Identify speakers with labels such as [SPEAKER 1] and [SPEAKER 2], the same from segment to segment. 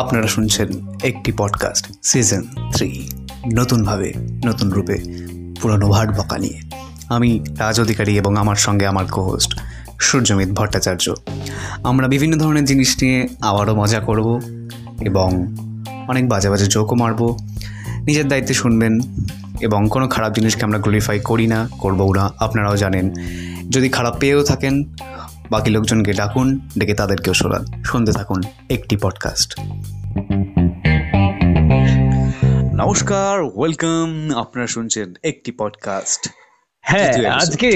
[SPEAKER 1] আপনারা শুনছেন একটি পডকাস্ট সিজন থ্রি নতুনভাবে নতুন রূপে পুরনো ভাট বকা নিয়ে আমি রাজ অধিকারী এবং আমার সঙ্গে আমার কোহোস্ট সূর্যমিত ভট্টাচার্য আমরা বিভিন্ন ধরনের জিনিস নিয়ে আবারও মজা করব এবং অনেক বাজে বাজে জোকও মারব নিজের দায়িত্বে শুনবেন এবং কোনো খারাপ জিনিসকে আমরা গ্লোরিফাই করি না করবও না আপনারাও জানেন যদি খারাপ পেয়েও থাকেন বাকি লোকজনকে ডাকুন ডেকে তাদেরকেও শোনান শুনতে থাকুন একটি পডকাস্ট নমস্কার ওয়েলকাম আপনারা শুনছেন একটি পডকাস্ট
[SPEAKER 2] হ্যাঁ
[SPEAKER 1] তৃতীয় episode.
[SPEAKER 2] আজকে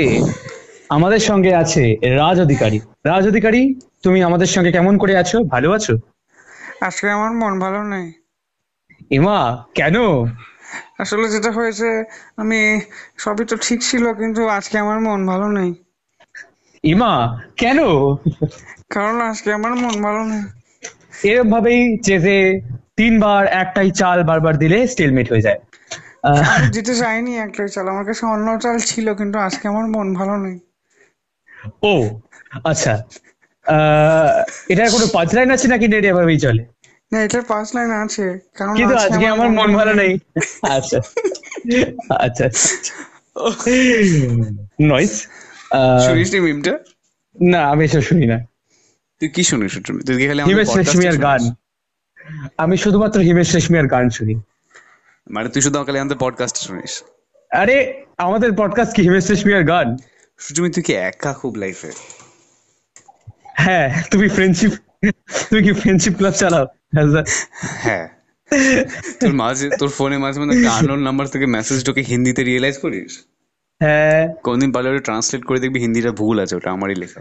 [SPEAKER 2] আমাদের সঙ্গে আছে রাজ অধিকারী রাজ অধিকারী তুমি আমাদের সঙ্গে কেমন করে আছো ভালো আছো
[SPEAKER 3] আজকে আমার মন ভালো নেই
[SPEAKER 2] এমা কেন
[SPEAKER 3] আসলে যেটা হয়েছে আমি সবই তো ঠিক ছিল কিন্তু আজকে আমার মন ভালো নেই
[SPEAKER 2] ইমা কেন
[SPEAKER 3] কারণ আজকে আমার মন ভালো নেই
[SPEAKER 2] এরম ভাবেই চেজে তিনবার একটাই চাল বারবার দিলে স্টেলমেট হয়ে যায় আহ,
[SPEAKER 3] আমি যেতে চাইনি একটাই চাল আমার কাছে অন্য চাল ছিল কিন্তু আজকে আমার মন ভালো নেই
[SPEAKER 2] ও আচ্ছা আহ, এটার কোনো পাঁচ লাইন আছে নাকি নেট এভাবেই চলে
[SPEAKER 3] না এটা পাঁচ লাইন আছে কারণ
[SPEAKER 2] কিন্তু আজকে আমার মন ভালো নেই আচ্ছা আচ্ছা নয়েস
[SPEAKER 1] শুনিস নি মিমটা
[SPEAKER 2] না আমি এসব শুনি না
[SPEAKER 1] তুই কি শুনিস তুমি তুই কি খালি আমাদের
[SPEAKER 2] হিমেশ
[SPEAKER 1] podcast
[SPEAKER 2] রেশমিয়ার
[SPEAKER 1] শুনিস?
[SPEAKER 2] গান আমি শুধুমাত্র হিমেশ রেশমিয়ার গান শুনি
[SPEAKER 1] মানে তুই শুধু খালি আমাদের পডকাস্ট শুনিস
[SPEAKER 2] আরে আমাদের পডকাস্ট কি হিমেশ রেশমিয়ার গান
[SPEAKER 1] সুজমি তুই কি একা খুব লাইফে
[SPEAKER 2] হ্যাঁ তুমি ফ্রেন্ডশিপ তুমি কি ফ্রেন্ডশিপ ক্লাব চালাও হ্যাঁ, যা-
[SPEAKER 1] হ্যাঁ তোর মাঝে তোর ফোনে মাঝে মাঝে একটা আননোন নাম্বার থেকে মেসেজ ঢোকে হিন্দিতে রিয়েলাইজ করিস
[SPEAKER 2] হ্যাঁ
[SPEAKER 1] কোনদিন পারলে ওটা ট্রান্সলেট করে দেখবি হিন্দিটা ভুল আছে ওটা আমারই লেখা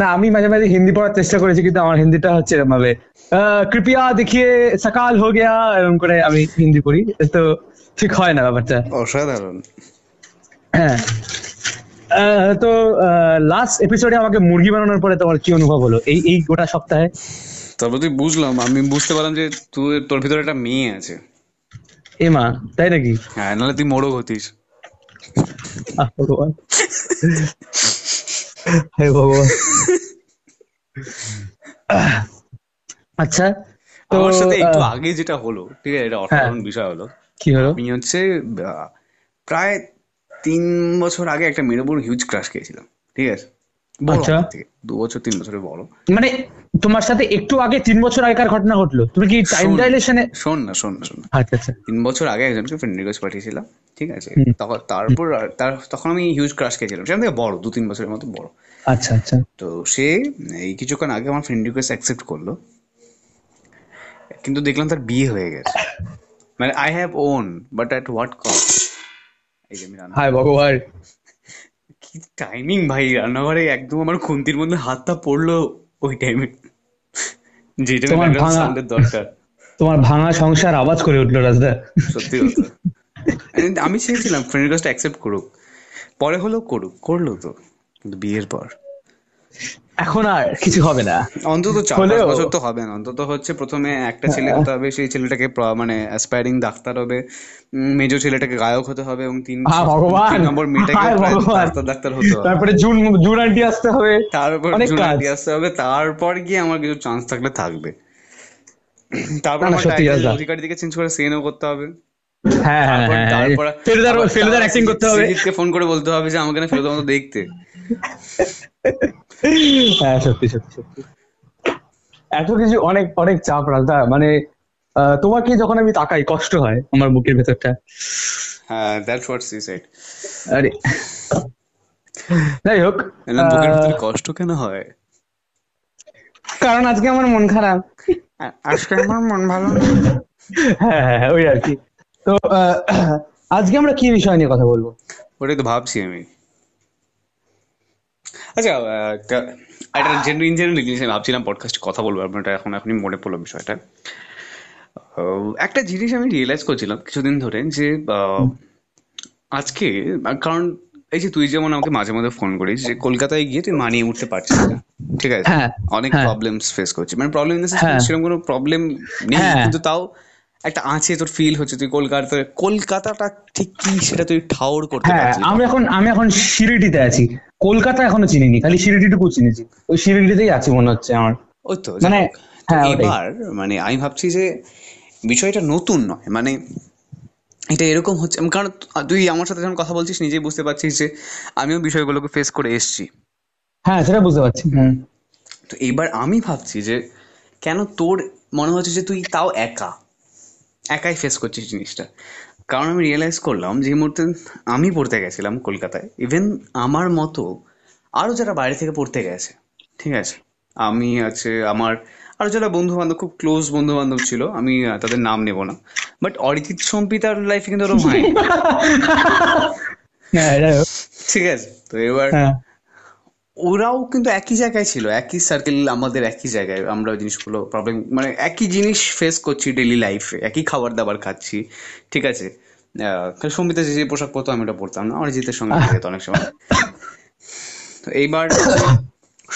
[SPEAKER 2] না আমি মাঝে মাঝে হিন্দি পড়ার চেষ্টা করেছি কিন্তু আমার হিন্দিটা হচ্ছে এরকম ভাবে আহ, কৃপয়া দেখিয়ে সকাল হো গেয়া এরকম করে আমি হিন্দি পড়ি তো ঠিক হয় না ব্যাপারটা
[SPEAKER 1] অসাধারণ
[SPEAKER 2] হ্যাঁ আহ, তো লাস্ট এপিসোডে আমাকে মুরগি বানানোর পরে তোমার কি অনুভব হলো এই এই গোটা সপ্তাহে
[SPEAKER 1] তারপর তুই বুঝলাম আমি বুঝতে পারলাম যে তুই তোর ভিতরে একটা মেয়ে আছে
[SPEAKER 2] এমা তাই নাকি
[SPEAKER 1] হ্যাঁ নাহলে তুই মোড়ক হতিস
[SPEAKER 2] আহ, ভগবান হে ভগবান আহ, আচ্ছা তো
[SPEAKER 1] আমার সাথে একটু
[SPEAKER 2] আহ, হ্যাঁ।
[SPEAKER 1] আগে যেটা হলো ঠিক আছে এটা অসাধারণ বিষয় হলো
[SPEAKER 2] কি হলো
[SPEAKER 1] আমি হচ্ছে আহ, প্রায় তিন বছর আগে একটা মেয়ের উপর হিউজ ক্রাশ খেয়েছিলাম ঠিক আছে বড়
[SPEAKER 2] আচ্ছা।
[SPEAKER 1] আমার থেকে দু বছর তিন বছরের বড়
[SPEAKER 2] মানে তোমার সাথে একটু আগে তিন বছর আগেকার ঘটনা ঘটলো তুমি কি টাইম
[SPEAKER 1] শোন।
[SPEAKER 2] ডাইলেশনে
[SPEAKER 1] শোন না শোন না শোন না
[SPEAKER 2] আচ্ছা আচ্ছা
[SPEAKER 1] তিন বছর আগে একজনকে ফ্রেন্ড রিকোয়েস্ট পাঠিয়েছিলাম ঠিক আছে
[SPEAKER 2] হুম।
[SPEAKER 1] তখন তারপর আর- তার তখন আমি হিউজ ক্রাশ খেয়েছিলাম সেখান থেকে বড় দু তিন বছরের মতো বড়
[SPEAKER 2] আচ্ছা আচ্ছা
[SPEAKER 1] তো সে এই কিছুক্ষণ আগে আমার ফ্রেন্ড রিকোয়েস্ট অ্যাকসেপ্ট করলো কিন্তু দেখলাম তার বিয়ে হয়ে গেছে মানে I have won but at what cost এই যে আমি রান্না
[SPEAKER 2] হায় ভগবান
[SPEAKER 1] কি টাইমিং ভাই রান্নাঘরে একদম আমার খুন্তির মধ্যে হাতটা পড়লো ওই টাইমে যেটা
[SPEAKER 2] তোমার ভাঙা-
[SPEAKER 1] সাউন্ডের দরকার
[SPEAKER 2] তোমার ভাঙা সংসার আওয়াজ করে উঠলো রাজদা
[SPEAKER 1] সত্যি কথা And আমি চেয়েছিলাম ফ্রেন্ড রিকোয়েস্ট অ্যাকসেপ্ট করুক পরে হলেও করুক করলো তো কিন্তু বিয়ের পর
[SPEAKER 2] এখন আর কিছু হবে না
[SPEAKER 1] অন্তত চার পাঁচ
[SPEAKER 2] হলেও- হ্যাঁ।
[SPEAKER 1] বছর তো হবে না অন্তত হচ্ছে প্রথমে একটা ছেলে হতে হবে সেই ছেলেটাকে প্র- মানে অ্যাসপায়ারিং ডাক্তার হবে উম, মেজো ছেলেটাকে গায়ক হতে হবে এবং তিন
[SPEAKER 2] হা ভগবান
[SPEAKER 1] তিন নম্বর মেয়েটাকে
[SPEAKER 2] হায়
[SPEAKER 1] প্রায়
[SPEAKER 2] ভগবান।
[SPEAKER 1] ডাক্তার ডাক্তার হতে হবে
[SPEAKER 2] তারপরে জুন জুন আন্টি আসতে হবে
[SPEAKER 1] তারপর
[SPEAKER 2] অনেক
[SPEAKER 1] জুনিয়র
[SPEAKER 2] কাজ।
[SPEAKER 1] দিয়ে আসতে হবে তারপর গিয়ে আমার কিছু চান্স থাকলে থাকবে তারপর
[SPEAKER 2] না,
[SPEAKER 1] আমার
[SPEAKER 2] সত্যি
[SPEAKER 1] title
[SPEAKER 2] রাজা।
[SPEAKER 1] অধিকারী থেকে চেঞ্জ করে সেনও করতে হবে
[SPEAKER 2] হ্যাঁ হ্যাঁ
[SPEAKER 1] তারপর-
[SPEAKER 2] হ্যাঁ
[SPEAKER 1] তারপর
[SPEAKER 2] ফেলুদার
[SPEAKER 1] আবার
[SPEAKER 2] ফেলুদার
[SPEAKER 1] তারপর
[SPEAKER 2] অ্যাক্টিং করতে হবে
[SPEAKER 1] সিজিতকে ফোন করে বলতে হবে যে আমাকে না ফেলুদার মতো দেখতে
[SPEAKER 2] হ্যাঁ সত্যি সত্যি সত্যি এত কিছু অনেক অনেক চাপ রাজদা মানে আহ, তোমাকে যখন আমি তাকাই কষ্ট হয় আমার বুকের ভেতরটা
[SPEAKER 1] হ্যাঁ দ্যাটস হোয়াট সি সেড
[SPEAKER 2] আরে যাই হোক
[SPEAKER 1] বুকের
[SPEAKER 2] আহ,
[SPEAKER 1] ভিতরে কষ্ট কেন হয়
[SPEAKER 2] কারণ আজকে আমার মন খারাপ
[SPEAKER 3] আ- আজকে আমার মন ভালো নেই
[SPEAKER 2] হ্যাঁ হ্যাঁ হ্যাঁ, ওই আর কি তো আহ, আজকে আমরা কি বিষয় নিয়ে কথা বলবো
[SPEAKER 1] ওটাই তো ভাবছি আমি আচ্ছা আহ, কা- একটা জেনারেল ইঞ্জিনিয়ারিং জিনিস আমি ভাবছিলাম পডকাস্ট কথা বলবো আপনার এটা এখন এখনই মনে পড়লো বিষয়টা আহ, একটা জিনিস আমি রিয়েলাইজ করছিলাম কিছুদিন ধরে যে আহ, আজকে আহ, কারণ এই যে তুই যেমন আমাকে মাঝে মাঝে ফোন করিস যে কলকাতায় গিয়ে তুই মানিয়ে উঠতে পারছিস না ঠিক আছে
[SPEAKER 2] হ্যাঁ,
[SPEAKER 1] অনেক
[SPEAKER 2] হ্যাঁ।
[SPEAKER 1] প্রবলেমস ফেস করছিস মানে প্রবলেম
[SPEAKER 2] হ্যাঁ।
[SPEAKER 1] সেরকম কোনো প্রবলেম নেই
[SPEAKER 2] হ্যাঁ।
[SPEAKER 1] কিন্তু তাও একটা আছে তোর ফিল হচ্ছে তুই কলকাতা কলকাতাটা ঠিক কি সেটা তুই ঠাউর করতে
[SPEAKER 2] হ্যাঁ
[SPEAKER 1] পারছিস না।
[SPEAKER 2] আমি এখন আমি এখন শিরিডিতে আছি কলকাতা এখনো চিনিনি খালি শিরিডিটুকু চিনেছি ওই শিরিডিতেই আছি মনে হচ্ছে আমার
[SPEAKER 1] ওই তো
[SPEAKER 2] মানে
[SPEAKER 1] যাই হোক। তো
[SPEAKER 2] হ্যাঁ, ওটাই।
[SPEAKER 1] এবার মানে আমি ভাবছি যে বিষয়টা নতুন নয় মানে এটা এরকম হচ্ছে আমি কারণ তুই আমার সাথে যখন কথা বলছিস নিজেই বুঝতে পারছিস যে আমিও বিষয়গুলোকে ফেস করে এসেছি
[SPEAKER 2] হ্যাঁ সেটা বুঝতে পারছি হুম।
[SPEAKER 1] তো এবার আমি ভাবছি যে কেন তোর মনে হচ্ছে যে তুই তাও একা একাই ফেস করছিস জিনিসটা কারণ আমি রিয়েলাইজ করলাম যে এই মুহূর্তে আমি পড়তে গেছিলাম কলকাতায় ইভেন আমার মতো আরও যারা বাইরে থেকে পড়তে গেছে ঠিক আছে আমি আছে আমার আরও যারা বন্ধু বান্ধব খুব ক্লোজ বন্ধু বান্ধব ছিল আমি আহ, তাদের নাম নেব না বাট অরিজিৎ সম্পিতার লাইফে কিন্তু ওরকম হয়
[SPEAKER 2] হ্যাঁ যাই হোক।
[SPEAKER 1] ঠিক আছে তো এবার
[SPEAKER 2] হ্যাঁ
[SPEAKER 1] ওরাও কিন্তু একই জায়গায় ছিল একই সার্কেল আমাদের একই জায়গায় আমরা ওই জিনিসগুলো প্রবলেম মানে একই জিনিস ফেস করছি ডেলি লাইফে একই খাবার দাবার খাচ্ছি ঠিক আছে আহ, খালি সম্বিতা যে যে পোশাক পরতো আমি ওটা পরতাম না অরিজিতের সঙ্গে হয়ে যেত অনেক সময় তো এইবার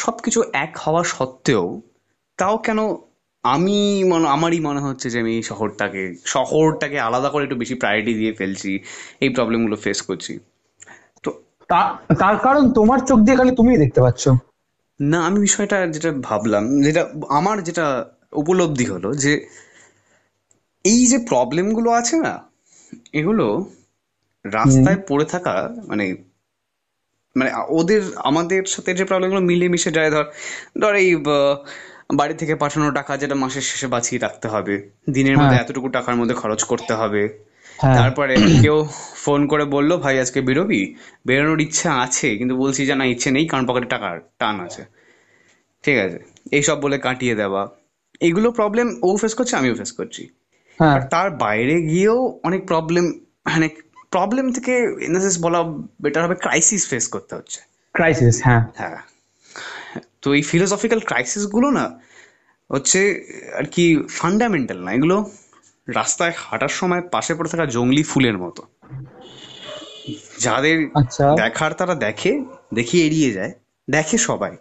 [SPEAKER 1] সবকিছু এক হওয়া সত্ত্বেও তাও কেন আমি মনে আমারই মনে হচ্ছে যে আমি এই শহরটাকে শহরটাকে আলাদা করে একটু বেশি প্রায়োরিটি দিয়ে ফেলছি এই প্রবলেমগুলো ফেস করছি তো
[SPEAKER 2] তা- তার কারণ তোমার চোখ দিয়ে খালি তুমিই দেখতে পাচ্ছ
[SPEAKER 1] না আমি বিষয়টা যেটা ভাবলাম যেটা আমার যেটা উপলব্ধি হলো যে এই যে প্রবলেমগুলো আছে না এগুলো রাস্তায় পড়ে থাকা মানে মানে ওদের আমাদের সাথে যে প্রবলেমগুলো মিলেমিশে যায় ধর ধর এই আহ, বাড়ি থেকে পাঠানো টাকা যেটা মাসের শেষে বাঁচিয়ে রাখতে হবে দিনের মধ্যে এতটুকু টাকার মধ্যে খরচ করতে হবে
[SPEAKER 2] হ্যাঁ
[SPEAKER 1] তারপরে কেউ ফোন করে বললো ভাই আজকে বেরোবি বেরোনোর ইচ্ছা আছে কিন্তু বলছি যে না ইচ্ছে নেই কারণ পকেটে টাকার টান আছে ঠিক আছে এইসব বলে কাটিয়ে দেওয়া এগুলো প্রবলেম ও ফেস করছে আমিও ফেস করছি
[SPEAKER 2] হ্যাঁ
[SPEAKER 1] তার বাইরে গিয়েও অনেক প্রবলেম মানে প্রবলেম থেকে এনএসএস বলা বেটার হবে ক্রাইসিস ফেস করতে হচ্ছে
[SPEAKER 2] ক্রাইসিস হ্যাঁ
[SPEAKER 1] হ্যাঁ তো এই ফিলোসফিক্যাল ক্রাইসিসগুলো না হচ্ছে আর কি ফান্ডামেন্টাল না এগুলো রাস্তায় হাঁটার সময় পাশে পড়ে থাকা জঙ্গলি ফুলের মতো যাদের
[SPEAKER 2] আচ্ছা
[SPEAKER 1] দেখার তারা দেখে দেখি এড়িয়ে যায় দেখে সবাই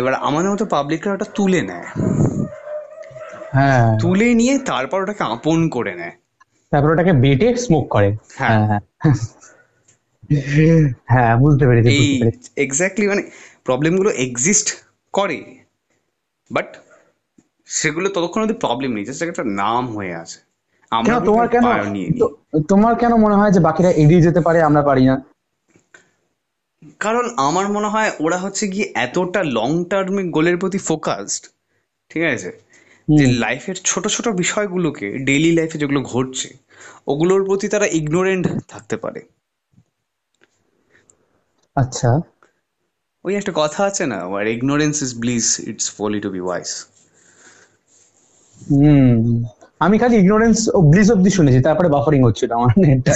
[SPEAKER 1] এবার আমাদের মতো পাবলিকরা ওটা তুলে নেয়
[SPEAKER 2] হ্যাঁ
[SPEAKER 1] তুলে নিয়ে তারপর ওটাকে আপন করে নেয়
[SPEAKER 2] তারপর ওটাকে বেটে স্মোক করে
[SPEAKER 1] হ্যাঁ।
[SPEAKER 2] হ্যাঁ হ্যাঁ। হ্যাঁ বুঝতে পেরেছি
[SPEAKER 1] এই
[SPEAKER 2] বুঝতে পেরেছি।
[SPEAKER 1] এক্স্যাক্টলি মানে প্রবলেমগুলো এক্সিস্ট করে বাট সেগুলো ততক্ষণ অব্দি প্রবলেম নেই জাস্ট একটা নাম হয়ে আছে আমরা
[SPEAKER 2] কেন তোমার কেন
[SPEAKER 1] pioneer ই।
[SPEAKER 2] তো- তোমার কেন মনে হয় যে বাকিরা এড়িয়ে যেতে পারে আমরা পারি না
[SPEAKER 1] কারণ আমার মনে হয় ওরা হচ্ছে গিয়ে এতটা লং টার্মে গোলের প্রতি ফোকাসড ঠিক আছে যে লাইফের ছোট ছোট বিষয়গুলোকে ডেইলি লাইফে যেগুলো ঘটছে ওগুলোর প্রতি তারা ইগনোরেন্ট থাকতে পারে
[SPEAKER 2] আচ্ছা
[SPEAKER 1] ওই একটা কথা আছে না where ignorance is bliss it's folly to be wise
[SPEAKER 2] hmm আমি খালি ইগনোরেন্স ও ব্লিজ অব্দি শুনেছি তারপরে বাফারিং হচ্ছিল আমার নেটটা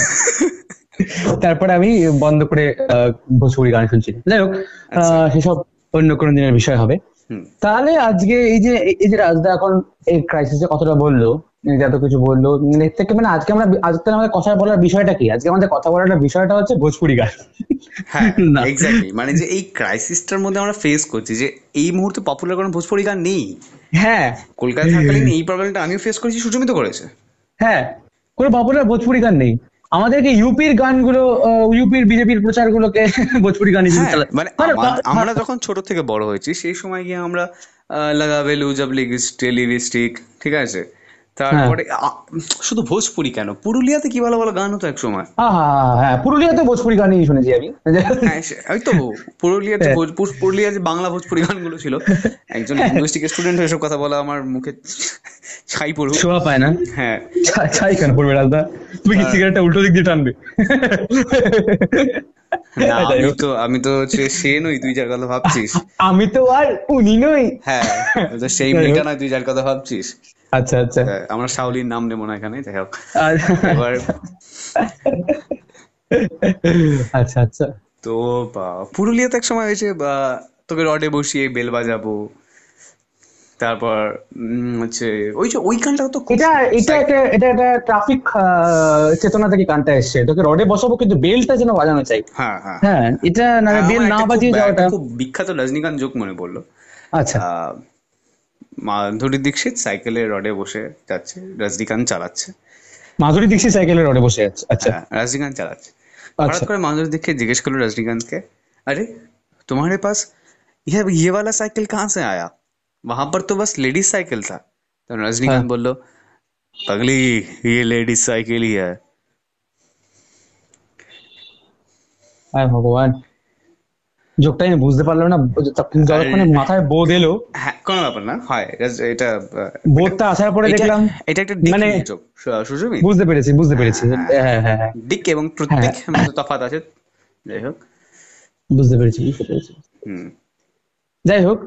[SPEAKER 2] তারপরে আমি বন্ধ করে আহ, ভোজপুরি গান শুনছি যাই হোক আহ, সেসব অন্য কোনো দিনের বিষয় হবে
[SPEAKER 1] হুম
[SPEAKER 2] তাহলে আজকে এই যে এই যে রাজদা এখন এই ক্রাইসিসে কথাটা বললো এই যে এত কিছু বললো মানে এর থেকে মানে আজকে আমরা আজকে আমাদের কথা বলার বিষয়টা কি আজকে আমাদের কথা বলার বিষয়টা হচ্ছে ভোজপুরি গান
[SPEAKER 1] হ্যাঁ
[SPEAKER 2] না।
[SPEAKER 1] এক্স্যাক্টলি মানে যে এই ক্রাইসিসটার মধ্যে আমরা ফেস করছি যে এই মুহূর্তে পপুলার কোনো ভোজপুরি গান নেই
[SPEAKER 2] হ্যাঁ
[SPEAKER 1] কলকাতা থাকাকালীন এই প্রবলেমটা আমিও ফেস করেছি সুজমিত করেছে
[SPEAKER 2] হ্যাঁ কোনো পপুলার ভোজপুরি গান নেই আমাদেরকে ইউপির গানগুলো ইউপির বিজেপির প্রচারগুলোকে ভোজপুরি গান হিসেবে
[SPEAKER 1] হ্যাঁ
[SPEAKER 2] চালা-
[SPEAKER 1] মানে
[SPEAKER 2] মানে
[SPEAKER 1] আমা-
[SPEAKER 2] বা-
[SPEAKER 1] আমরা যখন ছোট থেকে বড় হয়েছি সেই সময় গিয়ে আমরা আহ, লাগাবে লুজাব টেলিভিস্টিক ঠিক আছে তারপরে
[SPEAKER 2] হ্যাঁ।
[SPEAKER 1] আ- শুধু ভোজপুরি কেন পুরুলিয়াতে কি ভালো ভালো গান হতো এক সময়
[SPEAKER 2] আহা, হ্যাঁ পুরুলিয়াতে ভোজপুরি গানই শুনেছি আমি
[SPEAKER 1] হ্যাঁ সে- ওই তো পুরুলিয়াতে
[SPEAKER 2] হ্যাঁ।
[SPEAKER 1] ভোজপুর পুরুলিয়া যে বাংলা ভোজপুরি গানগুলো ছিল একজন লিঙ্গুইস্টিক স্টুডেন্ট এসব কথা বলা আমার মুখে ছাই পড়ুক
[SPEAKER 2] শোভা পায় না
[SPEAKER 1] হ্যাঁ
[SPEAKER 2] চা- চাই কেন পড়বে রাজদা তুমি কি সিগারেটটা উল্টো দিক দিয়ে টানবে হ্যাঁ,
[SPEAKER 1] না
[SPEAKER 2] যাই
[SPEAKER 1] আমি
[SPEAKER 2] হোক।
[SPEAKER 1] তো আমি তো হচ্ছে সে নই তুই যার কথা ভাবছিস
[SPEAKER 2] আমি তো আর উনি নই
[SPEAKER 1] হ্যাঁ আমি তো সেই মেয়েটা নয় তুই যার কথা ভাবছিস
[SPEAKER 2] আচ্ছা আচ্ছা
[SPEAKER 1] হ্যাঁ, আমরা শাওলির নাম নেবো না এখানে যাই হোক
[SPEAKER 2] আর-
[SPEAKER 1] এবার
[SPEAKER 2] আচ্ছা আচ্ছা
[SPEAKER 1] তো বা, পুরুলিয়াতে এক সময় হয়েছে বা তোকে রডে বসিয়ে বেল বাজাবো তারপর উম, হচ্ছে ওই যে ওই গানটা তো খুব
[SPEAKER 2] এটা এটা একটা এটা একটা ট্রাফিক চেতনা থেকে গানটা এসছে তোকে রডে বসাবো কিন্তু বেলটা যেন বাজানো চাই
[SPEAKER 1] হ্যাঁ হ্যাঁ
[SPEAKER 2] হ্যাঁ এটা না
[SPEAKER 1] হ্যাঁ,
[SPEAKER 2] বেল
[SPEAKER 1] আমার
[SPEAKER 2] না
[SPEAKER 1] একটা
[SPEAKER 2] বাজিয়ে আচ্ছা।
[SPEAKER 1] খুব-
[SPEAKER 2] যাওয়াটা
[SPEAKER 1] একটা খুব বিখ্যাত রজনীকান্ত যোগ মনে পড়লো
[SPEAKER 2] আচ্ছা
[SPEAKER 1] আহ, মাধুরী দীক্ষিত সাইকেলে রডে বসে যাচ্ছে রজনীকান্ত চালাচ্ছে
[SPEAKER 2] মাধুরী দীক্ষিত সাইকেলের রডে বসে আছে আচ্ছা
[SPEAKER 1] হ্যাঁ রজনীকান্ত চালাচ্ছে হঠাৎ
[SPEAKER 2] আচ্ছা
[SPEAKER 1] করে মাধুরী দীক্ষিত জিজ্ঞেস করলো रजनीकांत अरे तुम्हारे पास यह ये वाला साइकिल कहाँ से आया वहां पर तो बस लेडीज साइकिल था तो रजनीकांत
[SPEAKER 2] हाँ।
[SPEAKER 1] बोलो पगली ये लेडीज साइकिल ही है
[SPEAKER 2] হ্যাঁ ভগবান যোগটা আমি বুঝতে পারলাম না যতক্ষণে মাথায় বোধ এলো
[SPEAKER 1] হ্যাঁ কোনো ব্যাপার না হয় রাজ- এটা আহ,
[SPEAKER 2] বোধটা আসার পরে
[SPEAKER 1] এটা
[SPEAKER 2] দেখলাম
[SPEAKER 1] এটা একটা দিক
[SPEAKER 2] মানে-
[SPEAKER 1] সুযোগ সুজমি
[SPEAKER 2] বুঝতে পেরেছি বুঝতে পেরেছি হ্যাঁ হ্যাঁ হ্যাঁ
[SPEAKER 1] দিক এবং প্রত্যেক মধ্যে তফাৎ আছে যাই হোক
[SPEAKER 2] বুঝতে পেরেছি বুঝতে পেরেছি
[SPEAKER 1] হুম
[SPEAKER 2] যাই হোক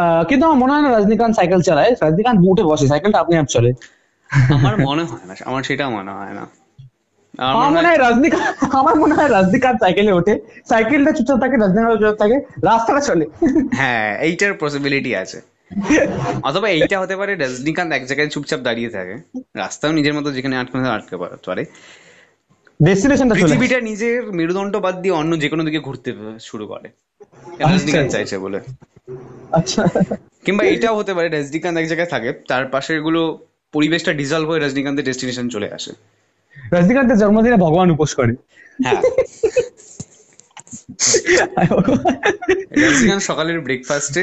[SPEAKER 2] আহ, কিন্তু আমার মনে হয় না রজনীকান্ত সাইকেল চালায় রজনীকান্ত উঠে বসে সাইকেলটা আপনি আপ চলে
[SPEAKER 1] আমার মনে হয় না আমার সেটা মনে হয় না আমার
[SPEAKER 2] আমার মনে হয় রজনীকান্ত আমার মনে হয় রজনীকান্ত সাইকেলে ওঠে সাইকেলটা চুপচাপ থাকে রজনীকান্ত চুপচাপ থাকে রাস্তাটা চলে
[SPEAKER 1] হ্যাঁ এইটার পসিবিলিটি আছে অথবা এইটা হতে পারে রজনীকান্ত এক জায়গায় চুপচাপ দাঁড়িয়ে থাকে রাস্তাও নিজের মতো যেখানে আটকে থাকে আটকে পড়তে পারে
[SPEAKER 2] ডেস্টিনেশনটা চলে
[SPEAKER 1] পৃথিবীটা নিজের মেরুদণ্ড বাদ দিয়ে অন্য যে কোনো দিকে ঘুরতে শুরু করে
[SPEAKER 2] আচ্ছা।
[SPEAKER 1] রজনীকান্ত চাইছে বলে
[SPEAKER 2] আচ্ছা
[SPEAKER 1] কিংবা এটাও হতে পারে রজনীকান্ত এক জায়গায় থাকে তার পাশের গুলো পরিবেশটা ডিজলভ হয়ে রজনীকান্তের ডেস্টিনেশন চলে আসে
[SPEAKER 2] রজনীকান্তের জন্মদিনে ভগবান উপোস করে
[SPEAKER 1] হ্যাঁ রজনীকান্ত সকালের ব্রেকফাস্টে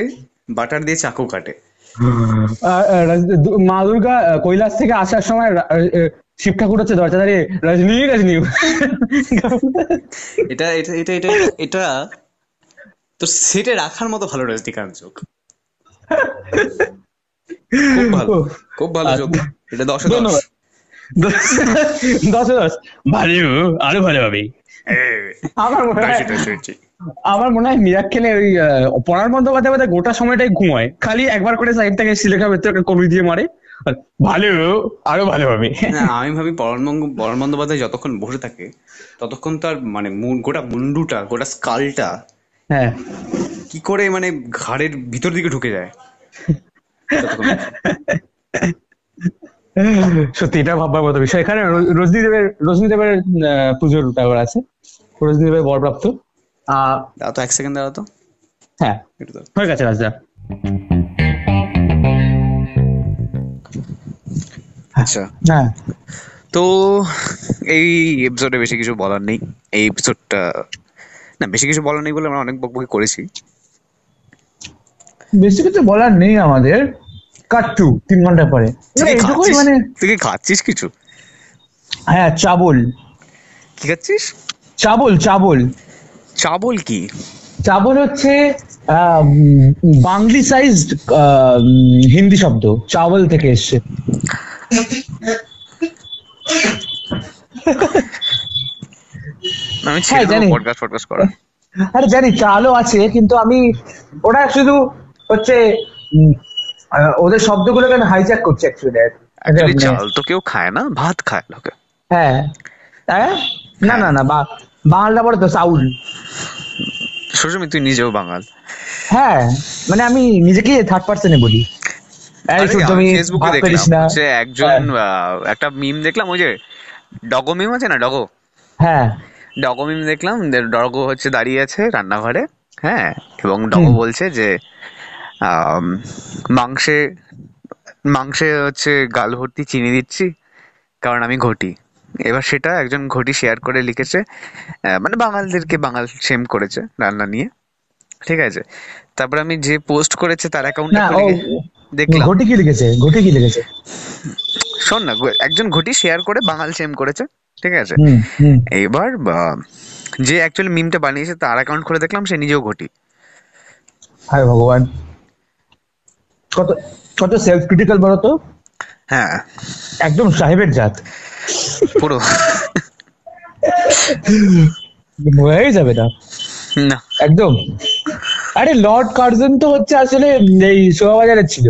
[SPEAKER 1] বাটার দিয়ে চাকু কাটে
[SPEAKER 2] আহ, আহ, রজ- দু- মা দুর্গা আহ, কৈলাস থেকে আসার সময় রা- আহ, শিব ঠাকুর হচ্ছে দরজা দাঁড়িয়ে রজনী রজনী
[SPEAKER 1] এটা এটা এটা এটা এটা তো সেটে রাখার মতো ভালো রজনীকান্ত যোগ খুব ভালো খুব ভালো যোগ এটা দশে দশ
[SPEAKER 2] ধন্যবাদ দশ দশ ভালো আরো ভালো হবে
[SPEAKER 1] এই,
[SPEAKER 2] আমার মনে হয়
[SPEAKER 1] দশে দশে হচ্ছে।
[SPEAKER 2] আমার মনে হয় মিরাক্কেলে ওই আহ, পড়ার বন্দ্যোপাধ্যায় বোধহয় গোটা সময়টাই ঘুমায় খালি একবার করে সাইড থেকে শ্রীলেখা ভেতরে কবি দিয়ে মারে আর ভালো আরো ভালো হবে
[SPEAKER 1] না আমি ভাবি পরমঙ্গ পরম বন্দ্যোপাধ্যায় যতক্ষণ বসে থাকে ততক্ষণ তার মানে মু- গোটা মুন্ডুটা গোটা স্কালটা
[SPEAKER 2] হ্যাঁ
[SPEAKER 1] কি করে মানে ঘাড়ের ভিতর দিকে ঢুকে যায় ততক্ষণ।
[SPEAKER 2] সত্যি এটা ভাববার মতো বিষয় এখানে র- রজনী দেবের রজনী দেবের আহ, পুজোর ব্যাপার আছে রজনী দেবের বরপ্রাপ্ত আহ,
[SPEAKER 1] দাঁড়াও তো এক সেকেন্ড দাঁড়াও তো
[SPEAKER 2] হ্যাঁ
[SPEAKER 1] একটু দাঁড়াও।
[SPEAKER 2] হয়ে গেছে রাজা
[SPEAKER 1] আচ্ছা
[SPEAKER 2] হ্যাঁ
[SPEAKER 1] তো এই এপিসোডে বেশি কিছু বলার নেই এই এপিসোডটা না বেশি কিছু বলার নেই বলে আমরা অনেক বকবকি করেছি
[SPEAKER 2] বেশি কিছু বলার নেই আমাদের কাট টু তিন ঘন্টা পরে
[SPEAKER 1] তুই কি
[SPEAKER 2] এইটুকুই
[SPEAKER 1] খাচ্ছিস?
[SPEAKER 2] মানে
[SPEAKER 1] তুই কি খাচ্ছিস কিছু
[SPEAKER 2] হ্যাঁ চাবল
[SPEAKER 1] কি খাচ্ছিস
[SPEAKER 2] চাবল চাবল
[SPEAKER 1] চাবল কি
[SPEAKER 2] চাবল হচ্ছে বাংলি সাইজড হিন্দি শব্দ চাবল থেকে এসছে
[SPEAKER 1] আমি ছেড়ে
[SPEAKER 2] হ্যাঁ, জানি।
[SPEAKER 1] পডকাস্ট ফডকাস্ট করা
[SPEAKER 2] আরে জানি চালও আছে কিন্তু আমি ওরা শুধু হচ্ছে উম, আহ, ওদের শব্দগুলোকে আমি হাইজ্যাক করছে
[SPEAKER 1] অ্যাকচুয়ালি
[SPEAKER 2] অ্যাকচুয়ালি
[SPEAKER 1] চাল তো কেউ খায় না ভাত খায় লোকে
[SPEAKER 2] মানে, হ্যাঁ হ্যাঁ না না না বা- বাংলা পড়ে তো চাউল
[SPEAKER 1] সুষমি তুই নিজেও বাঙাল
[SPEAKER 2] হ্যাঁ মানে আমি নিজেকে থার্ড পার্সনে বলি এই
[SPEAKER 1] আরে,
[SPEAKER 2] সূর্য,
[SPEAKER 1] আমি
[SPEAKER 2] তুমি
[SPEAKER 1] ফেসবুকে
[SPEAKER 2] ভাব করিস না।
[SPEAKER 1] দেখলাম যে একজন
[SPEAKER 2] হ্যাঁ,
[SPEAKER 1] আহ, একটা মিম দেখলাম ওই যে ডগো মিম আছে না ডগো
[SPEAKER 2] হ্যাঁ
[SPEAKER 1] ডগো মিম দেখলাম যে ডগো হচ্ছে দাঁড়িয়ে আছে রান্নাঘরে হ্যাঁ এবং ডগো
[SPEAKER 2] হুম।
[SPEAKER 1] বলছে যে আম, মাংসে মাংসে হচ্ছে গাল ভর্তি চিনি দিচ্ছি কারণ আমি ঘটি এবার সেটা একজন ঘটি শেয়ার করে লিখেছে আহ, মানে বাঙালদেরকে বাঙাল সেম করেছে রান্না নিয়ে ঠিক আছে তারপরে আমি যে পোস্ট করেছে তার অ্যাকাউন্টটা
[SPEAKER 2] না, ও-
[SPEAKER 1] দেখলাম
[SPEAKER 2] ঘটি কি লিখেছে ঘটি কি লিখেছে
[SPEAKER 1] শোন না গো- একজন ঘটি শেয়ার করে বাঙাল সেম করেছে ঠিক আছে
[SPEAKER 2] হুম হুম
[SPEAKER 1] এইবার বা- যে অ্যাকচুয়ালি মিমটা বানিয়েছে তার অ্যাকাউন্ট খুলে দেখলাম সে নিজেও ঘটি
[SPEAKER 2] হায় ভগবান কত কত সেলফ ক্রিটিক্যাল বলো তো
[SPEAKER 1] হ্যাঁ
[SPEAKER 2] একদম সাহেবের জাত
[SPEAKER 1] পুরো
[SPEAKER 2] হয়ে যাবে না
[SPEAKER 1] না
[SPEAKER 2] একদম আরে লর্ড কার্জন তো হচ্ছে আসলে এই শোভাবাজারের ছিল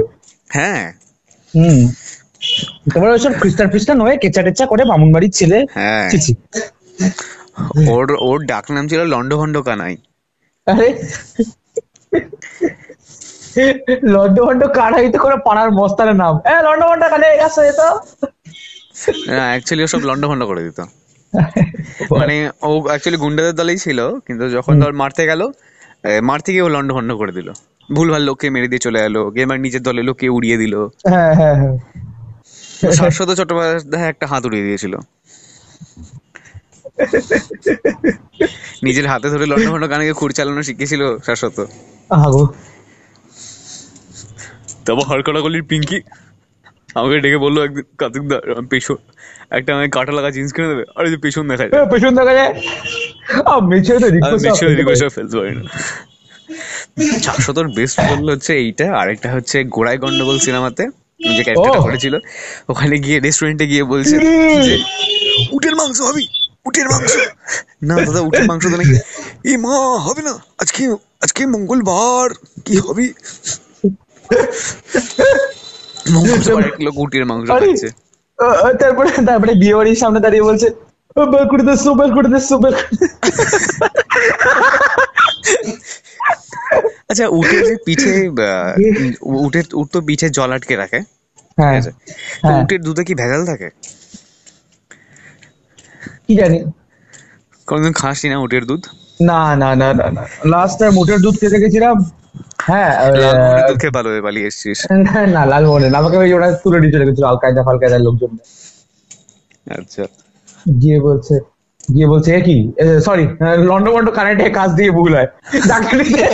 [SPEAKER 1] হ্যাঁ
[SPEAKER 2] হুম তারপরে ওইসব খ্রিস্টান ফ্রিস্টান হয়ে কেচা টেচা করে বামুন বাড়ির ছেলে
[SPEAKER 1] হ্যাঁ
[SPEAKER 2] ছিছি
[SPEAKER 1] ওর ওর ডাক নাম ছিল লন্ডভন্ড কানাই
[SPEAKER 2] আরে লন্ড ভন্ড কাড়াই তো করে পাড়ার মস্তার নাম হ্যাঁ লন্ড ভন্ড কালে গেছে তো
[SPEAKER 1] অ্যাকচুয়ালি হ্যাঁ, ও সব লন্ডভন্ড করে দিত মানে ও অ্যাকচুয়ালি গুন্ডাদের দলেই ছিল কিন্তু যখন ধর মারতে গেল এ, মারতে গিয়ে ও লন্ডভন্ড করে দিল ভুলভাল লোককে মেরে দিয়ে চলে এলো গেমার নিজের দলে লোককে উড়িয়ে দিল
[SPEAKER 2] হ্যাঁ হ্যাঁ হ্যাঁ
[SPEAKER 1] শাশ্বত চট্টোপাধ্যায় একটা হাত উড়িয়ে দিয়েছিল নিজের হাতে ধরে লন্ডন ভন্ড গানকে খুর চালানো শিখেছিল শাশ্বত
[SPEAKER 2] আগো
[SPEAKER 1] তবে হরকড়াগলির পিঙ্কি আমাকে ডেকে বললো একদিন কাতুক দা পেছন একটা আমাকে কাটা লাগা জিন্স কিনে দেবে আর ওই যে পেছন দেখা যায়
[SPEAKER 2] পেছন দেখা যায় আর মেছে তো
[SPEAKER 1] আর
[SPEAKER 2] রিকোয়েস্ট
[SPEAKER 1] বেশি রিকোয়েস্ট ফেলতে পারি না শাশ্বতর বেস্ট বললো হচ্ছে এইটা আরেকটা হচ্ছে গোড়ায় গন্ডগোল সিনেমাতে যে ক্যারেক্টারটা
[SPEAKER 2] ও।
[SPEAKER 1] করেছিল ওখানে গিয়ে রেস্টুরেন্টে গিয়ে বলছে যে উটের মাংস হবে উটের মাংস না দাদা উটের মাংস তো নাকি এ মা হবে না আজকে আজকে মঙ্গলবার কি হবে মঙ্গলবার এক লোক উটের মাংস খাচ্ছে
[SPEAKER 2] তারপরে তারপরে বিয়ে বাড়ির সামনে দাঁড়িয়ে বলছে "ও, বের করে দেশ বের করে দেশ বের করে দে।"
[SPEAKER 1] আচ্ছা উটের যে পিঠে আহ, উটের উট তো পিঠে জল আটকে রাখে
[SPEAKER 2] হ্যাঁ
[SPEAKER 1] ঠিক আছে তো
[SPEAKER 2] হ্যাঁ।
[SPEAKER 1] উটের দুধে কি ভেজাল থাকে
[SPEAKER 2] কি জানি
[SPEAKER 1] কোনদিন খাসি না উটের দুধ
[SPEAKER 2] না না না না না লাস্ট টাইম মোটের দুধ খেতে গেছিলাম হ্যাঁ
[SPEAKER 1] লাল মোহরের
[SPEAKER 2] আহ,
[SPEAKER 1] দুধ খেয়ে ভালো হয়ে পালিয়ে এসছিস
[SPEAKER 2] না না লাল মোহনে না আমাকে ওই ওরা তুলে নিয়ে চলে গেছিল আলকায়দা ফালকায়দার লোকজন
[SPEAKER 1] আচ্ছা
[SPEAKER 2] গিয়ে বলছে গিয়ে বলছে এ কি সরি লন্ডন মন্ড কানেক্টে কাজ দিয়ে ভুল হয় যাকে নিতে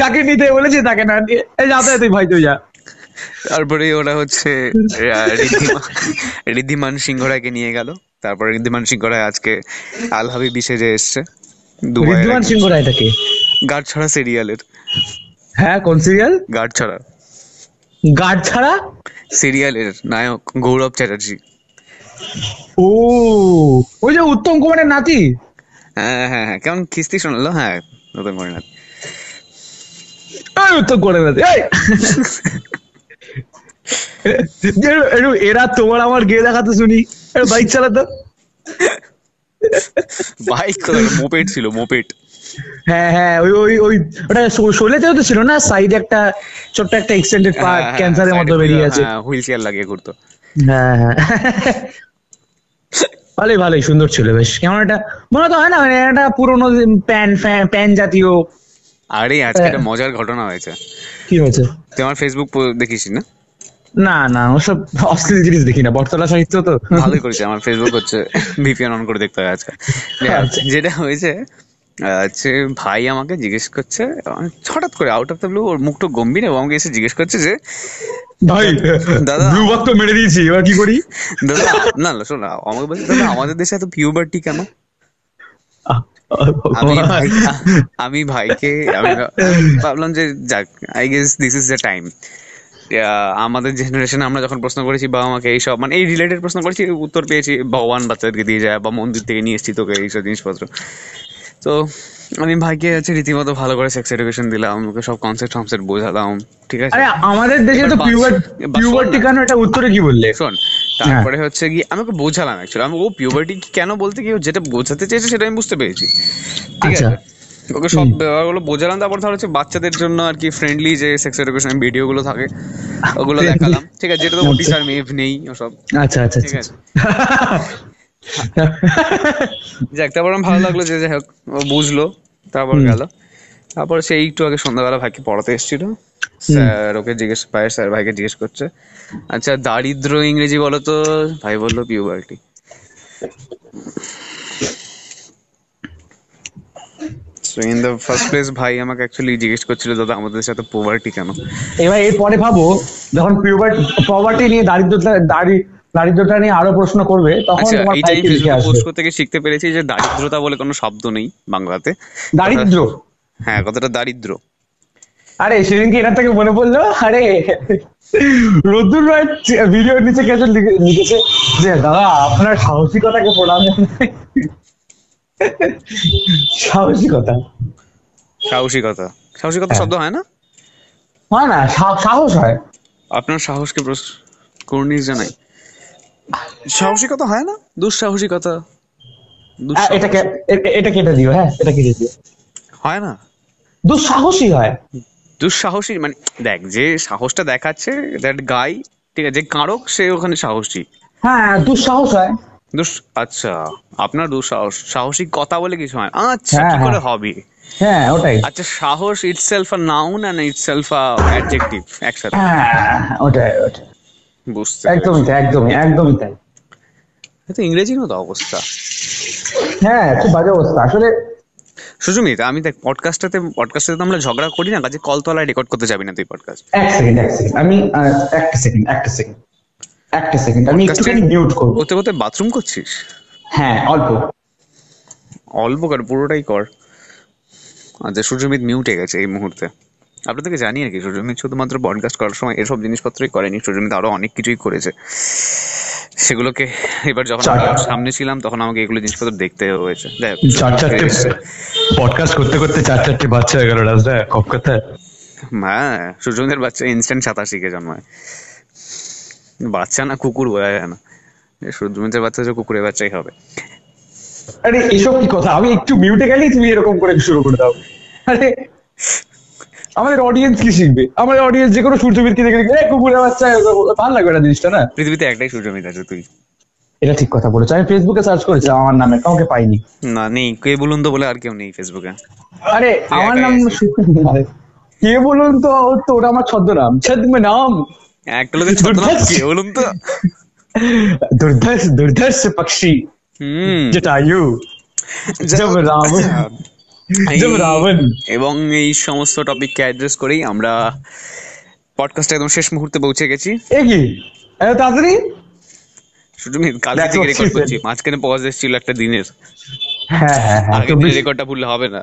[SPEAKER 2] যাকে নিতে বলেছি তাকে না দিয়ে এই যাতে তুই ভাই তুই যা
[SPEAKER 1] তারপরে ওরা হচ্ছে আহ, ঋদ্ধিমান- ঋদ্ধিমান সিংহরায়কে নিয়ে গেল তারপরে ঋদ্ধিমান সিংহরায় আজকে আল হাবিবি সেজে এসছে দুবাইয়ের
[SPEAKER 2] ঋদ্ধিমান সিংহ রায় তাকে
[SPEAKER 1] গার্ড ছড়া সিরিয়ালের
[SPEAKER 2] হ্যাঁ কোন সিরিয়াল
[SPEAKER 1] গার্ড ছড়া
[SPEAKER 2] গার্ড ছাড়া
[SPEAKER 1] সিরিয়ালের নায়ক গৌরব চ্যাটার্জি
[SPEAKER 2] ও ওই যে উত্তম কুমারের নাতি
[SPEAKER 1] হ্যাঁ হ্যাঁ হ্যাঁ কেমন খিস্তি শোনালো হ্যাঁ নতুন করে না
[SPEAKER 2] এই উত্তম কুমারের নাতি এই! এ- এ- এরা তোমার আমার গিয়ে দেখাতে শুনি বাইক চালাতো
[SPEAKER 1] বাইক মোপেট ছিল মোপেট
[SPEAKER 2] হ্যাঁ হ্যাঁ ওই ওই ওই ওটা শো- শোলেতেও তো ছিল না সাইডে একটা ছোট্ট একটা
[SPEAKER 1] হ্যাঁ,
[SPEAKER 2] এক্সটেন্ডেড পার্ট ক্যান্সারের মতো বেরিয়ে আছে
[SPEAKER 1] হুইল চেয়ার লাগিয়ে ঘুরতো
[SPEAKER 2] হ্যাঁ হ্যাঁ ভালোই ভালোই সুন্দর ছিল বেশ কেমন একটা মনে তো হয় না মানে একটা পুরোনো প্যান ফ্যান- প্যান জাতীয়
[SPEAKER 1] আরে আজকে একটা
[SPEAKER 2] হ্যাঁ।
[SPEAKER 1] মজার ঘটনা হয়েছে
[SPEAKER 2] কি হয়েছে
[SPEAKER 1] তুই আমার ফেসবুক দেখিস না
[SPEAKER 2] না না ওসব অশ্লীল জিনিস দেখি না বটতলা সাহিত্য তো
[SPEAKER 1] ভালোই করেছে আমার ফেসবুক হচ্ছে ভিপিএন অন করে দেখতে হয় আজকাল যাই হোক,
[SPEAKER 2] আচ্ছা।
[SPEAKER 1] যেটা হয়েছে আহ, হচ্ছে ভাই আমাকে জিজ্ঞেস করছে আমি হঠাৎ করে আউট অফ দ্য ব্লু ওর মুখটা গম্ভীর এবং আমাকে এসে জিজ্ঞেস করছে যে
[SPEAKER 2] ভাই
[SPEAKER 1] দাদা।
[SPEAKER 2] ব্লু বাক তো মেরে দিয়েছি এবার কি করি
[SPEAKER 1] দাদা না না শোনা আমাকে বলছে দাদা আমাদের দেশে এত পিউবার্টি কেন আমি ভাই- আমি ভাইকে আমি ভা- আমি ভাবলাম যে যাক I guess this is the time আমাদের জেনারেশন আমরা যখন প্রশ্ন করেছি বাবা মাকে এইসব মানে এই রিলেটেড প্রশ্ন করেছি উত্তর পেয়েছি ভগবান বাচ্চাদেরকে দিয়ে যায় বা মন্দির থেকে নিয়ে এসছি তোকে এইসব জিনিসপত্র তো আমি ভাইকে আছে রীতিমতো ভালো করে সেক্স এডুকেশন দিলাম ওকে সব কনসেপ্ট কনসেপ্ট বোঝালাম ঠিক আছে
[SPEAKER 2] আরে আমাদের দেশে তো
[SPEAKER 1] এবার বাস-
[SPEAKER 2] পিউবার
[SPEAKER 1] বাস-
[SPEAKER 2] পিউবার টিকানো এটা উত্তরে কি বললে
[SPEAKER 1] শোন তারপরে হচ্ছে কি আমাকে বোঝালাম অ্যাকচুয়ালি আমি ও পিউবার্টি কেন বলতে কি ও যেটা বোঝাতে চেয়েছে সেটা আমি বুঝতে পেরেছি ঠিক
[SPEAKER 2] আচ্ছা।
[SPEAKER 1] আছে ওকে সব ব্যাপারগুলো বোঝালাম তারপর ধর হচ্ছে বাচ্চাদের জন্য আর কি ফ্রেন্ডলি যে সেক্স এডুকেশন ভিডিও গুলো থাকে ওগুলো
[SPEAKER 2] Friendly।
[SPEAKER 1] দেখালাম ঠিক আছে যেটা তো
[SPEAKER 2] আচ্ছা।
[SPEAKER 1] ওটিসার মেভ নেই ওসব
[SPEAKER 2] আচ্ছা আচ্ছা
[SPEAKER 1] ঠিক আছে
[SPEAKER 2] আচ্ছা
[SPEAKER 1] যাক তারপর আমার ভালো লাগলো যে যাই হোক ও বুঝলো তারপর গেল তারপর সেই একটু আগে সন্ধ্যাবেলা ভাইকে পড়াতে এসেছিল স্যার ওকে জিজ্ঞেস ভাই স্যার ভাইকে জিজ্ঞেস করছে আচ্ছা দারিদ্র ইংরেজি বলো তো ভাই বললো puberty so in the first place ভাই আমাকে অ্যাকচুয়ালি জিজ্ঞেস করছিল দাদা আমাদের সাথে পোভার্টি কেন
[SPEAKER 2] এবার এরপরে ভাবো যখন পিউবার্টি পভার্টি নিয়ে দারিদ্রতা দারি দারিদ্রতা নিয়ে আরো প্রশ্ন করবে তখন
[SPEAKER 1] আচ্ছা
[SPEAKER 2] তোমার
[SPEAKER 1] এইটা
[SPEAKER 2] সাইটে লিখে
[SPEAKER 1] পোস্ট
[SPEAKER 2] আসবে
[SPEAKER 1] করতে গিয়ে শিখতে পেরেছি যে দারিদ্রতা বলে কোনো শব্দ নেই বাংলাতে
[SPEAKER 2] দারিদ্র
[SPEAKER 1] হ্যাঁ কথাটা দারিদ্র
[SPEAKER 2] আরে সেদিনকে এনার থেকে মনে পড়লো আরে রোদ্দুর রায় ভিডিওর নিচে কেছে লিখে- লিখেছে যে দাদা আপনার সাহসিকতাকে প্রণাম জানাই। সাহসিকতা
[SPEAKER 1] সাহসিকতা সাহসিকতা
[SPEAKER 2] হ্যাঁ।
[SPEAKER 1] শব্দ হয় না
[SPEAKER 2] হয় না সা- সাহস হয়
[SPEAKER 1] আপনার সাহসকে প্রস- কুর্নিশ জানাই সাহসিকতা হয় না দুঃসাহসিকতা
[SPEAKER 2] আহ,
[SPEAKER 1] দুঃসাহস-
[SPEAKER 2] এটা কে- এ- এটা কেটে দিও হ্যাঁ এটা কেটে দিও
[SPEAKER 1] হয় না
[SPEAKER 2] দুঃসাহসী হয়
[SPEAKER 1] দুঃসাহসী মানে দেখ যে সাহসটা দেখাচ্ছে দ্যাট গাই ঠিক আছে যে কারক সে ওখানে সাহসী
[SPEAKER 2] হ্যাঁ দুঃসাহস হয়
[SPEAKER 1] দুস আচ্ছা আপনার দুঃসাহস সাহসিক কথা বলে কিছু হয় আচ্ছা
[SPEAKER 2] হ্যাঁ,
[SPEAKER 1] কি করে
[SPEAKER 2] হ্যাঁ।
[SPEAKER 1] হবে
[SPEAKER 2] হ্যাঁ ওটাই
[SPEAKER 1] আচ্ছা সাহস itself a noun and itself a adjective একসাথে
[SPEAKER 2] হ্যাঁ ওটাই ওটাই
[SPEAKER 1] বুঝতে
[SPEAKER 2] একদমই তাই একদমই একদমই তাই
[SPEAKER 1] পেরেছি। তো ইংরেজির মতো অবস্থা
[SPEAKER 2] হ্যাঁ খুব বাজে অবস্থা আসলে
[SPEAKER 1] সুজমিত আমি দেখ পডকাস্টটাতে পডকাস্টটাতে আমরা ঝগড়া করি না কাজে কলতলায় রেকর্ড করতে যাবি না তুই পডকাস্ট
[SPEAKER 2] এক সেকেন্ড এক সেকেন্ড আমি আহ, একটা সেকেন্ড একটা সেকেন্ড একটা সেকেন্ড আমি
[SPEAKER 1] Podcast-এ-
[SPEAKER 2] একটুখানি মিউট করবো
[SPEAKER 1] করতে করতে বাথরুম করছিস
[SPEAKER 2] হ্যাঁ অল্প
[SPEAKER 1] অল্প কর পুরোটাই কর আচ্ছা সুজমিত মিউটে গেছে এই মুহূর্তে আপনাদেরকে জানি আর কি সুজমিত শুধুমাত্র পডকাস্ট করার সময় এসব জিনিসপত্রই করেনি সুজমিত আরো অনেক কিছুই করেছে সেগুলোকে এবার যখন আমি ওর সামনে ছিলাম তখন আমাকে এগুলো জিনিসপত্র দেখতে হয়েছে যাই হোক,
[SPEAKER 2] চার চারটে পডকাস্ট করতে করতে চার চারটে বাচ্চা হয়ে গেল রাজদা কপ কথা
[SPEAKER 1] হ্যাঁ সুজনদের বাচ্চা ইনস্ট্যান্ট সাঁতার শিখে জন্মায় বাচ্চা না কুকুর বোঝা যায় না সুজনদের বাচ্চা যে কুকুরের বাচ্চাই হবে
[SPEAKER 2] আরে এসব কি কথা আমি একটু মিউটে গেলেই তুমি এরকম করে শুরু করে দাও আরে আমাদের অডিয়েন্স কি শিখবে আমাদের অডিয়েন্স যে কোনো সূর্যবীরকে দেখে দেখবে "এ, কুকুরের বাচ্চা ভালো লাগবে না জিনিসটা না
[SPEAKER 1] পৃথিবীতে একটাই সুজমিত আছে তুই
[SPEAKER 2] এটা ঠিক কথা বলেছো আমি ফেসবুকে সার্চ করেছিলাম আমার নামে কাউকে পাইনি
[SPEAKER 1] না নেই কে বলুন তো বলে আর কেউ নেই ফেসবুকে
[SPEAKER 2] আরে আমার
[SPEAKER 1] একাই
[SPEAKER 2] নাম
[SPEAKER 1] আছিস।
[SPEAKER 2] আরে, কে বলুন তো ওর তো ওটা আমার ছদ্মনাম ছদ্ম নাম
[SPEAKER 1] একটা লোকের ছোট নাম কে বলুন তো
[SPEAKER 2] দুর্ধর্ষ দুর্ধর্ষ পক্ষী
[SPEAKER 1] হুম
[SPEAKER 2] জটায়ু জব রাবণ জব
[SPEAKER 1] এই-
[SPEAKER 2] রাবণ
[SPEAKER 1] এবং এই সমস্ত টপিককে অ্যাড্রেস করেই আমরা পডকাস্ট একদম শেষ মুহূর্তে পৌঁছে গেছি
[SPEAKER 2] এ কি এত তাড়াতাড়ি
[SPEAKER 1] সুজমিত কালকে
[SPEAKER 2] That's
[SPEAKER 1] থেকে
[SPEAKER 2] what
[SPEAKER 1] রেকর্ড
[SPEAKER 2] she said.
[SPEAKER 1] করছি মাঝখানে পজ এসেছিল একটা দিনের
[SPEAKER 2] হ্যাঁ হ্যাঁ হ্যাঁ
[SPEAKER 1] আগের দিনের
[SPEAKER 2] চব্বিশ-
[SPEAKER 1] রেকর্ডটা ভুললে হবে না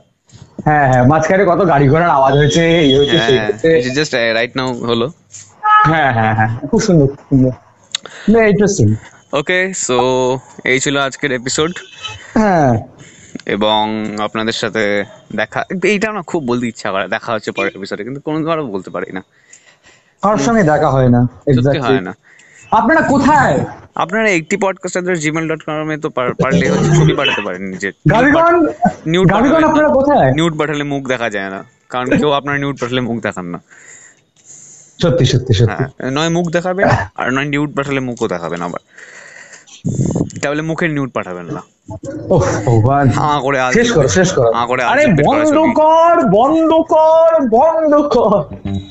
[SPEAKER 2] হ্যাঁ হ্যাঁ মাঝখানে কত গাড়ি ঘোড়ার আওয়াজ হয়েছে এই হয়েছে
[SPEAKER 1] হ্যাঁ,
[SPEAKER 2] সেই হয়েছে।
[SPEAKER 1] জাস্ট রাইট নাও হলো
[SPEAKER 2] হ্যাঁ হ্যাঁ হ্যাঁ খুব সুন্দর খুব সুন্দর না ইন্টারেস্টিং
[SPEAKER 1] ওকে সো এই ছিল আজকের এপিসোড
[SPEAKER 2] হ্যাঁ
[SPEAKER 1] এবং আপনাদের সাথে দেখা এইটা না খুব বলতে ইচ্ছা করে দেখা হচ্ছে পরের এপিসোডে কিন্তু কোনো কারো বলতে পারি না
[SPEAKER 2] কারোর সঙ্গে দেখা হয় না
[SPEAKER 1] সত্যি
[SPEAKER 2] এক্স্যাক্টলি
[SPEAKER 1] হয় না
[SPEAKER 2] আপনারা কোথায়
[SPEAKER 1] আপনারা একটি পডকাস্ট জিমেল ডট কমে তো পার- পারলে হচ্ছে ছবি পাঠাতে পারেন নিজে
[SPEAKER 2] গাবিগণ
[SPEAKER 1] নিউড
[SPEAKER 2] গাবিগণ আপনারা কোথায়
[SPEAKER 1] নিউড পাঠালে মুখ দেখা যায় না কারণ কেউ আপনার নিউড পাঠালে মুখ দেখান না
[SPEAKER 2] সত্যি সত্যি সত্যি
[SPEAKER 1] হ্যাঁ নয় মুখ দেখাবে আর নয় নিউড পাঠালে মুখও দেখাবেন আবার তাহলে মুখের নিউড পাঠাবেন না
[SPEAKER 2] ও ভগবান
[SPEAKER 1] হ্যাঁ করে আজ
[SPEAKER 2] শেষ করো শেষ করো
[SPEAKER 1] হ্যাঁ করে আজ
[SPEAKER 2] আরে
[SPEAKER 1] পেট করা
[SPEAKER 2] বন্ধ
[SPEAKER 1] ছবি।
[SPEAKER 2] কর বন্ধ কর বন্ধ কর